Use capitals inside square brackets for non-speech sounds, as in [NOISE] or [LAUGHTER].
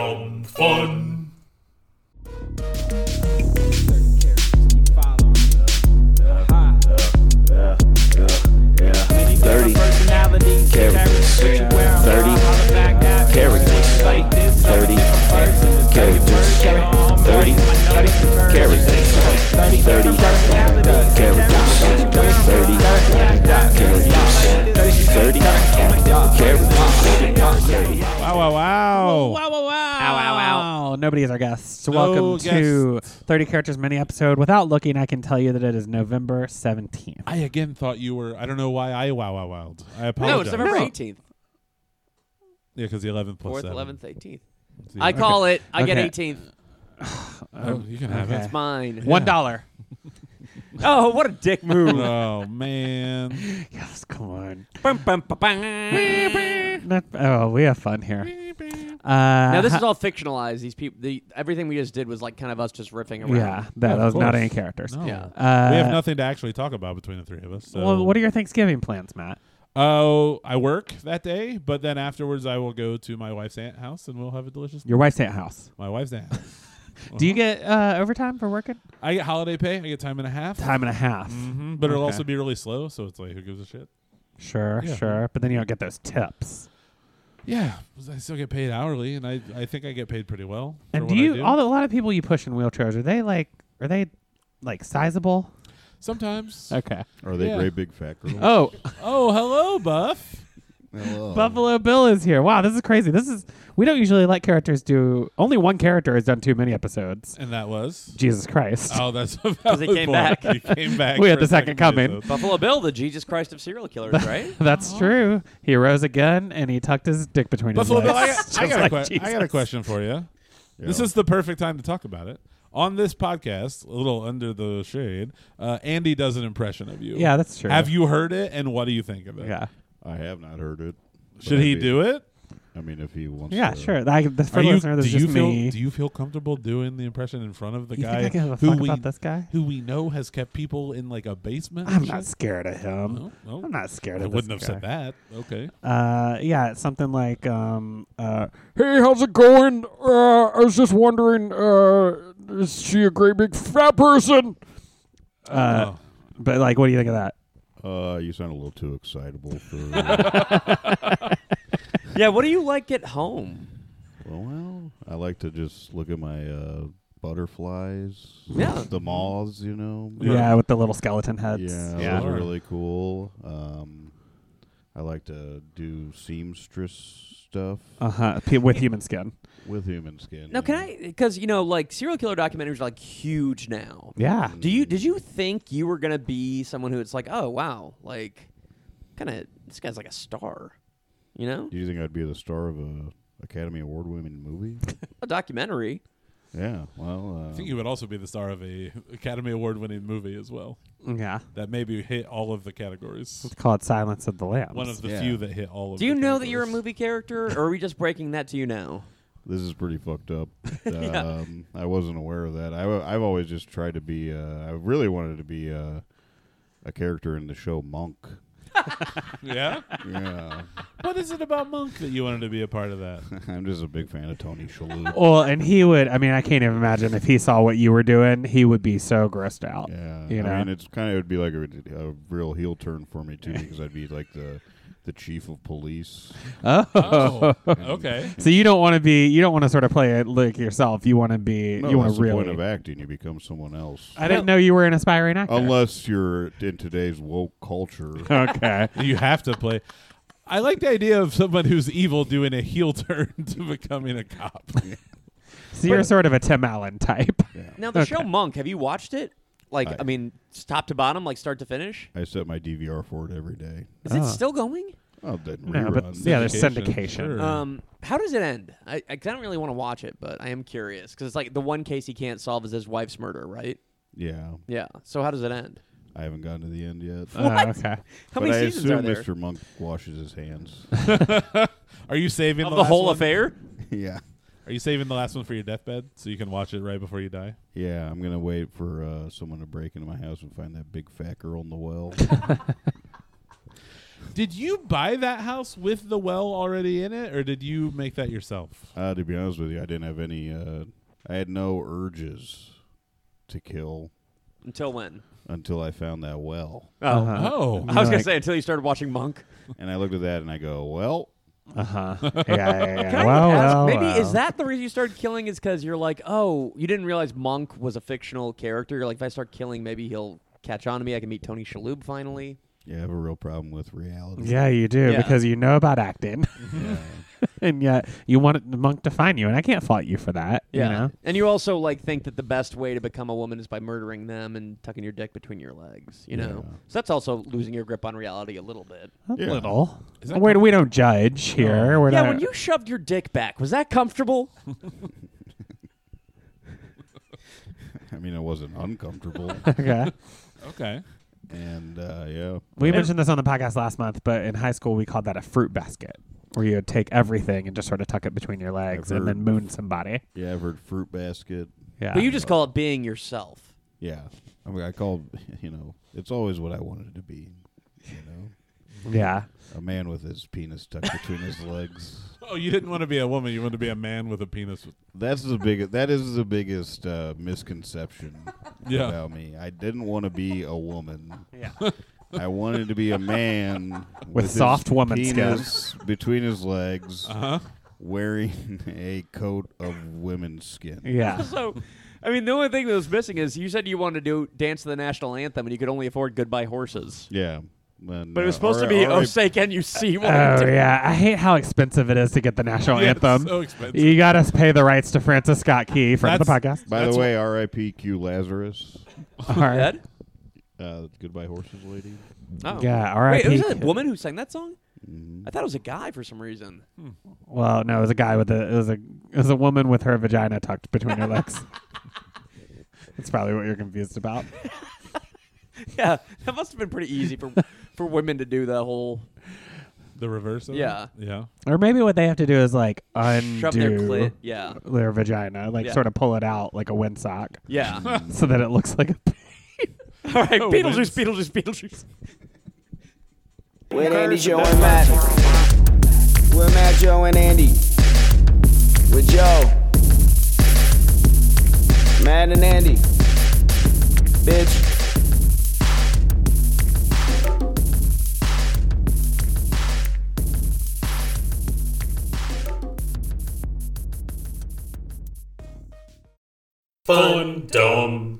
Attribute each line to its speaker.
Speaker 1: Dumb fun.
Speaker 2: Thirty characters. Thirty characters. Like thirty characters. Thirty characters. Thirty characters. Thirty characters. Thirty characters. Thirty.
Speaker 3: Wow, wow, wow.
Speaker 4: Wow, wow, wow.
Speaker 3: Wow, nobody is our guest. Welcome to 30 Characters mini episode. Without looking, I can tell you that it is November 17th.
Speaker 1: I again thought you were. I don't know why I wow wow wowed. I apologize.
Speaker 4: No, Oh, it's November
Speaker 3: No.
Speaker 4: 18th,
Speaker 1: Yeah, because the 11th plus
Speaker 4: 4th,
Speaker 1: seven.
Speaker 4: 11th, 18th.
Speaker 1: It's the-
Speaker 4: I call it, I
Speaker 3: Okay.
Speaker 4: get 18th.
Speaker 1: Oh, you can have
Speaker 3: Okay.
Speaker 1: it.
Speaker 4: Mine.
Speaker 3: One dollar.
Speaker 4: Oh, what a dick move.
Speaker 1: [LAUGHS] Oh man.
Speaker 3: [LAUGHS] Yes, come on.
Speaker 4: Bum, bum, ba, bang.
Speaker 3: Not- oh, we have fun here. Uh, now
Speaker 4: Now this is all fictionalized. These people, the everything we just did was like kind of us just riffing around.
Speaker 3: yeah, that, that
Speaker 1: of
Speaker 3: was not
Speaker 1: course.
Speaker 3: any characters.
Speaker 1: No.
Speaker 4: Yeah.
Speaker 3: Uh,
Speaker 1: we have nothing to actually talk about between the three of us. So.
Speaker 3: Well, what are your Thanksgiving plans, Matt?
Speaker 1: Oh, I work that day, but then afterwards I will go to my wife's aunt house and we'll have a delicious. [LAUGHS]
Speaker 3: Your wife's at house.
Speaker 1: my wife's aunt. house.
Speaker 3: Do you get uh, overtime for working?
Speaker 1: I get holiday pay. I get time and a half.
Speaker 3: Time and a half.
Speaker 1: hmm But it'll
Speaker 3: Okay.
Speaker 1: also be really slow, so it's like who gives a shit?
Speaker 3: Sure,
Speaker 1: Yeah.
Speaker 3: sure. But then you don't get those tips.
Speaker 1: Yeah, I still get paid hourly, and I I think I get paid pretty well. for
Speaker 3: And
Speaker 1: what
Speaker 3: do
Speaker 1: I
Speaker 3: you
Speaker 1: do.
Speaker 3: all the, a lot of people you push in wheelchairs are they like are they like sizable?
Speaker 1: sometimes?
Speaker 3: Okay.
Speaker 5: Are they
Speaker 1: Yeah.
Speaker 5: great big fat girls?
Speaker 3: Oh,
Speaker 1: Oh, hello, Buff. Uh,
Speaker 5: Hello.
Speaker 3: Buffalo Bill is here. Wow, this is crazy. This is we don't usually let characters do only one character has done too many episodes.
Speaker 1: And that was.
Speaker 3: Jesus Christ.
Speaker 1: Oh, that's a
Speaker 4: he
Speaker 1: valid
Speaker 4: came
Speaker 1: point.
Speaker 4: back.
Speaker 1: He came back.
Speaker 3: We had
Speaker 1: for
Speaker 3: the
Speaker 1: a
Speaker 3: second coming.
Speaker 1: episode.
Speaker 4: Buffalo Bill, the Jesus Christ of serial killers,
Speaker 3: [LAUGHS]
Speaker 4: right?
Speaker 3: [LAUGHS] That's true. He rose again and he tucked his dick between
Speaker 1: Buffalo
Speaker 3: his
Speaker 1: Bill,
Speaker 3: [LAUGHS]
Speaker 1: I,
Speaker 3: legs.
Speaker 1: got,
Speaker 3: Just
Speaker 1: I, got
Speaker 3: like
Speaker 1: a que- I got a
Speaker 3: Jesus.
Speaker 1: question for you.
Speaker 5: Yeah.
Speaker 1: This is the perfect time to talk about it. On this podcast, a little under the shade, uh, Andy does an impression of you.
Speaker 3: Yeah, that's true.
Speaker 1: Have you heard it, and what do you think of it?
Speaker 3: Yeah.
Speaker 5: I have not heard it. but
Speaker 1: Should
Speaker 5: I'd
Speaker 1: he
Speaker 5: be-
Speaker 1: do it?
Speaker 5: I mean, if he wants.
Speaker 3: Yeah,
Speaker 5: to.
Speaker 3: sure. I, the, for
Speaker 1: Are you,
Speaker 3: listener,
Speaker 1: do
Speaker 3: this is
Speaker 1: you
Speaker 3: just
Speaker 1: feel
Speaker 3: me.
Speaker 1: do you feel comfortable doing the impression in front of the
Speaker 3: You
Speaker 1: guy
Speaker 3: think I give a
Speaker 1: who
Speaker 3: fuck
Speaker 1: we
Speaker 3: about this guy?
Speaker 1: who we know has kept people in like a basement? and
Speaker 3: I'm not
Speaker 1: shit?
Speaker 3: scared of him.
Speaker 1: No, no.
Speaker 3: I'm not scared
Speaker 1: I
Speaker 3: of
Speaker 1: wouldn't have
Speaker 3: this guy.
Speaker 1: said that. Okay.
Speaker 3: Uh, yeah, it's something like, um, uh, hey, how's it going? Uh, I was just wondering, uh, is she a great big fat person? Uh,
Speaker 1: Oh.
Speaker 3: But like, what do you think of that?
Speaker 5: Uh, you sound a little too
Speaker 1: [LAUGHS]
Speaker 5: excitable for. well,
Speaker 4: yeah. What do you like at home?
Speaker 5: well, I like to just look at my uh, butterflies.
Speaker 4: Yeah.
Speaker 5: The moths, you know.
Speaker 1: Yeah.
Speaker 3: Yeah, with the little skeleton heads.
Speaker 5: Yeah,
Speaker 1: Yeah.
Speaker 5: those are really cool. Um, I like to do seamstress stuff
Speaker 3: Uh huh. P- with human skin.
Speaker 5: with human skin.
Speaker 4: Now, can I? Because you know, like serial killer documentaries are like huge now.
Speaker 3: Yeah.
Speaker 4: Do you did you think you were gonna be someone who it's like, oh wow, like, kind of this guy's like a star, you know,
Speaker 5: Do you think I'd be the star of a Academy Award winning movie?
Speaker 1: [LAUGHS]
Speaker 4: a documentary.
Speaker 5: yeah. Well, uh,
Speaker 1: Oh. I think he would also be the star of a Academy Award winning movie as well.
Speaker 3: Yeah.
Speaker 1: That maybe hit all of the categories.
Speaker 3: It's called Silence of the Lambs.
Speaker 1: One of the
Speaker 5: Yeah.
Speaker 1: few that hit all of
Speaker 4: Do
Speaker 1: the
Speaker 4: you know that you're a
Speaker 1: categories.
Speaker 4: movie character, or are we just breaking that to you now?
Speaker 5: This is pretty fucked
Speaker 1: [LAUGHS]
Speaker 5: up. um, I wasn't aware of that. I, have always just tried to be. Uh, I really wanted to be uh, a character in the
Speaker 1: [LAUGHS]
Speaker 5: show Monk.
Speaker 1: Yeah?
Speaker 5: Yeah, [LAUGHS]
Speaker 1: what is it about Monk that you wanted to be a part of that?
Speaker 5: I'm just a big fan of Tony Shalhoub.
Speaker 3: Well, and he would, I mean, I can't even imagine if he saw what you were doing, he would be so grossed out.
Speaker 5: Yeah,
Speaker 3: You know?
Speaker 5: I mean, it's kind of it would be like a, a real heel turn for me too, because I'd be like the the chief of police.
Speaker 1: Oh, okay.
Speaker 3: so you don't want to be, you don't want to sort of play it like yourself. You want to be,
Speaker 5: No,
Speaker 3: you want
Speaker 5: that's
Speaker 3: to
Speaker 5: the
Speaker 3: really.
Speaker 5: point of acting. You become someone
Speaker 3: [LAUGHS]
Speaker 5: else,
Speaker 3: I didn't know you were an aspiring actor.
Speaker 5: unless you're in today's woke culture.
Speaker 3: [LAUGHS]
Speaker 5: [LAUGHS]
Speaker 3: okay.
Speaker 1: You have to play. I like the idea of someone who's evil doing a heel turn [LAUGHS] to becoming a cop.
Speaker 3: So you're sort of a Tim Allen type.
Speaker 4: Now, the show Monk, have you watched it? Like, I,
Speaker 5: I-
Speaker 4: mean, s- top to bottom, like start to finish.
Speaker 5: I set my DVR for it every day.
Speaker 4: Is
Speaker 3: Ah.
Speaker 4: it still going?
Speaker 5: Oh, then
Speaker 3: [LAUGHS] No, but-
Speaker 5: reruns.
Speaker 3: yeah, there's syndication.
Speaker 1: Sure.
Speaker 4: Um, how does it end? I, I 'cause I don't really want to watch it, but I am curious because it's like the one case he can't solve is his wife's murder, right?
Speaker 5: yeah,
Speaker 4: Yeah. So how does it end?
Speaker 5: I haven't gotten to the end yet.
Speaker 3: Oh, okay.
Speaker 4: How
Speaker 5: but
Speaker 4: many
Speaker 5: I
Speaker 4: seasons
Speaker 5: assume
Speaker 4: are there?
Speaker 5: Mr. Monk washes his hands.
Speaker 1: Are you saving
Speaker 4: Of
Speaker 1: the,
Speaker 4: the
Speaker 1: last
Speaker 4: whole
Speaker 1: one?
Speaker 4: affair?
Speaker 5: [LAUGHS]
Speaker 3: [LAUGHS]
Speaker 5: yeah.
Speaker 1: Are you saving the last one for your deathbed so you can watch it right before you die?
Speaker 5: Yeah, I'm gonna wait for
Speaker 3: [LAUGHS]
Speaker 5: uh, someone to break into my house and find that big fat girl in the well.
Speaker 1: Did you buy that house with the well already in it, or did you make that yourself?
Speaker 5: Uh, to be honest with you, I didn't have any. Uh, I had no urges to kill
Speaker 4: Until when?
Speaker 5: until I found that well,
Speaker 4: Oh,
Speaker 3: Uh-huh.
Speaker 1: Oh,
Speaker 4: I was gonna
Speaker 3: Like-
Speaker 4: say until you started watching Monk.
Speaker 5: and I looked at that and I go, "Well, [LAUGHS]
Speaker 3: Uh huh. Yeah, yeah, yeah.
Speaker 4: Can
Speaker 3: well,
Speaker 4: I ask,
Speaker 3: well, uh,
Speaker 4: maybe
Speaker 3: well.
Speaker 4: is that the reason you started killing? Is because you're like, oh, you didn't realize Monk was a fictional character. You're like, if I start killing, maybe he'll catch on to me. I can meet Tony Shalhoub finally.
Speaker 5: yeah, I have a real problem with reality."
Speaker 3: Yeah, you do
Speaker 4: Yeah.
Speaker 3: because you know about acting,
Speaker 5: [LAUGHS] Yeah.
Speaker 3: [LAUGHS] and yet you wanted the monk to find you, and I can't fault you for that. You know?
Speaker 4: and you also like think that the best way to become a woman is by murdering them and tucking your dick between your legs. You know,
Speaker 5: Yeah.
Speaker 4: so that's also losing your grip on reality a little bit.
Speaker 3: A
Speaker 5: Yeah.
Speaker 3: little.
Speaker 1: Is that Oh.
Speaker 3: Wait, we don't judge here. We're
Speaker 4: yeah,
Speaker 3: not-
Speaker 4: when you shoved your dick back, was that comfortable?
Speaker 5: I mean, I wasn't uncomfortable,
Speaker 3: [LAUGHS] okay.
Speaker 1: okay.
Speaker 5: and uh, yeah,
Speaker 3: We mentioned this on the podcast last month, but in high school we called that a fruit basket, where you would take everything and just sort of tuck it between your legs and
Speaker 5: heard-
Speaker 3: then moon somebody.
Speaker 5: yeah, I've heard fruit basket.
Speaker 3: Yeah.
Speaker 4: But you just call it being yourself.
Speaker 5: Yeah, I mean, I called. [LAUGHS] You know, it's always what I wanted to be. You know,
Speaker 3: yeah.
Speaker 5: a man with his penis tucked between his legs.
Speaker 1: Oh, you didn't want to be a woman. You wanted to be a man with a penis. With,
Speaker 5: That's the biggest. That is the biggest uh, misconception
Speaker 1: Yeah.
Speaker 5: about me. I didn't want to be a woman.
Speaker 3: Yeah.
Speaker 5: [LAUGHS] I wanted to be a man with, his
Speaker 3: soft woman
Speaker 5: penis between his legs,
Speaker 1: uh huh.
Speaker 5: wearing a coat of women's skin.
Speaker 1: [LAUGHS]
Speaker 3: Yeah.
Speaker 4: [LAUGHS] So, I mean, the only thing that was missing is you said you wanted to do dance to the national anthem, and you could only afford Goodbye Horses.
Speaker 5: Yeah, and,
Speaker 4: But it was
Speaker 5: uh,
Speaker 4: supposed to
Speaker 5: R-
Speaker 4: be
Speaker 5: R-
Speaker 4: "Oh, say can you see
Speaker 3: Oh
Speaker 4: what I did?"
Speaker 3: yeah, I hate how expensive it is to get the national
Speaker 1: Yeah, it's
Speaker 3: anthem. E-
Speaker 1: so expensive.
Speaker 3: You got to pay the rights to Francis Scott Key from the
Speaker 1: That's-
Speaker 3: podcast.
Speaker 5: By
Speaker 1: That's
Speaker 5: the way, R.I.P. Q Lazarus.
Speaker 3: All right.
Speaker 4: Ed?
Speaker 5: Uh, goodbye, horses, lady.
Speaker 4: Oh.
Speaker 3: Yeah,
Speaker 4: Wait,
Speaker 3: R.I.P.
Speaker 4: was that a woman who sang that song? I thought it was a guy for some reason. [LAUGHS]
Speaker 3: Well, no, it was a guy with a it was a it was a woman with her vagina tucked between
Speaker 4: [LAUGHS]
Speaker 3: her legs. That's probably what you're confused about.
Speaker 4: Yeah, that must have been pretty easy for for women to do the whole.
Speaker 1: The reverse of
Speaker 4: Yeah.
Speaker 1: it? Yeah.
Speaker 3: Or maybe what they have to do is like
Speaker 4: Shove their
Speaker 3: undo
Speaker 4: clit. Yeah.
Speaker 3: their vagina, like
Speaker 4: Yeah.
Speaker 3: sort of pull it out like a windsock,
Speaker 4: [LAUGHS] Yeah. Oh,
Speaker 3: so that it looks like a.
Speaker 4: All right,
Speaker 1: wins.
Speaker 4: Beetlejuice, Beetlejuice, Beetlejuice.
Speaker 2: With Andy, Joe, and Matt. With Matt, Joe, and Andy. With Joe. Matt and Andy. Bitch.
Speaker 6: Fun Dome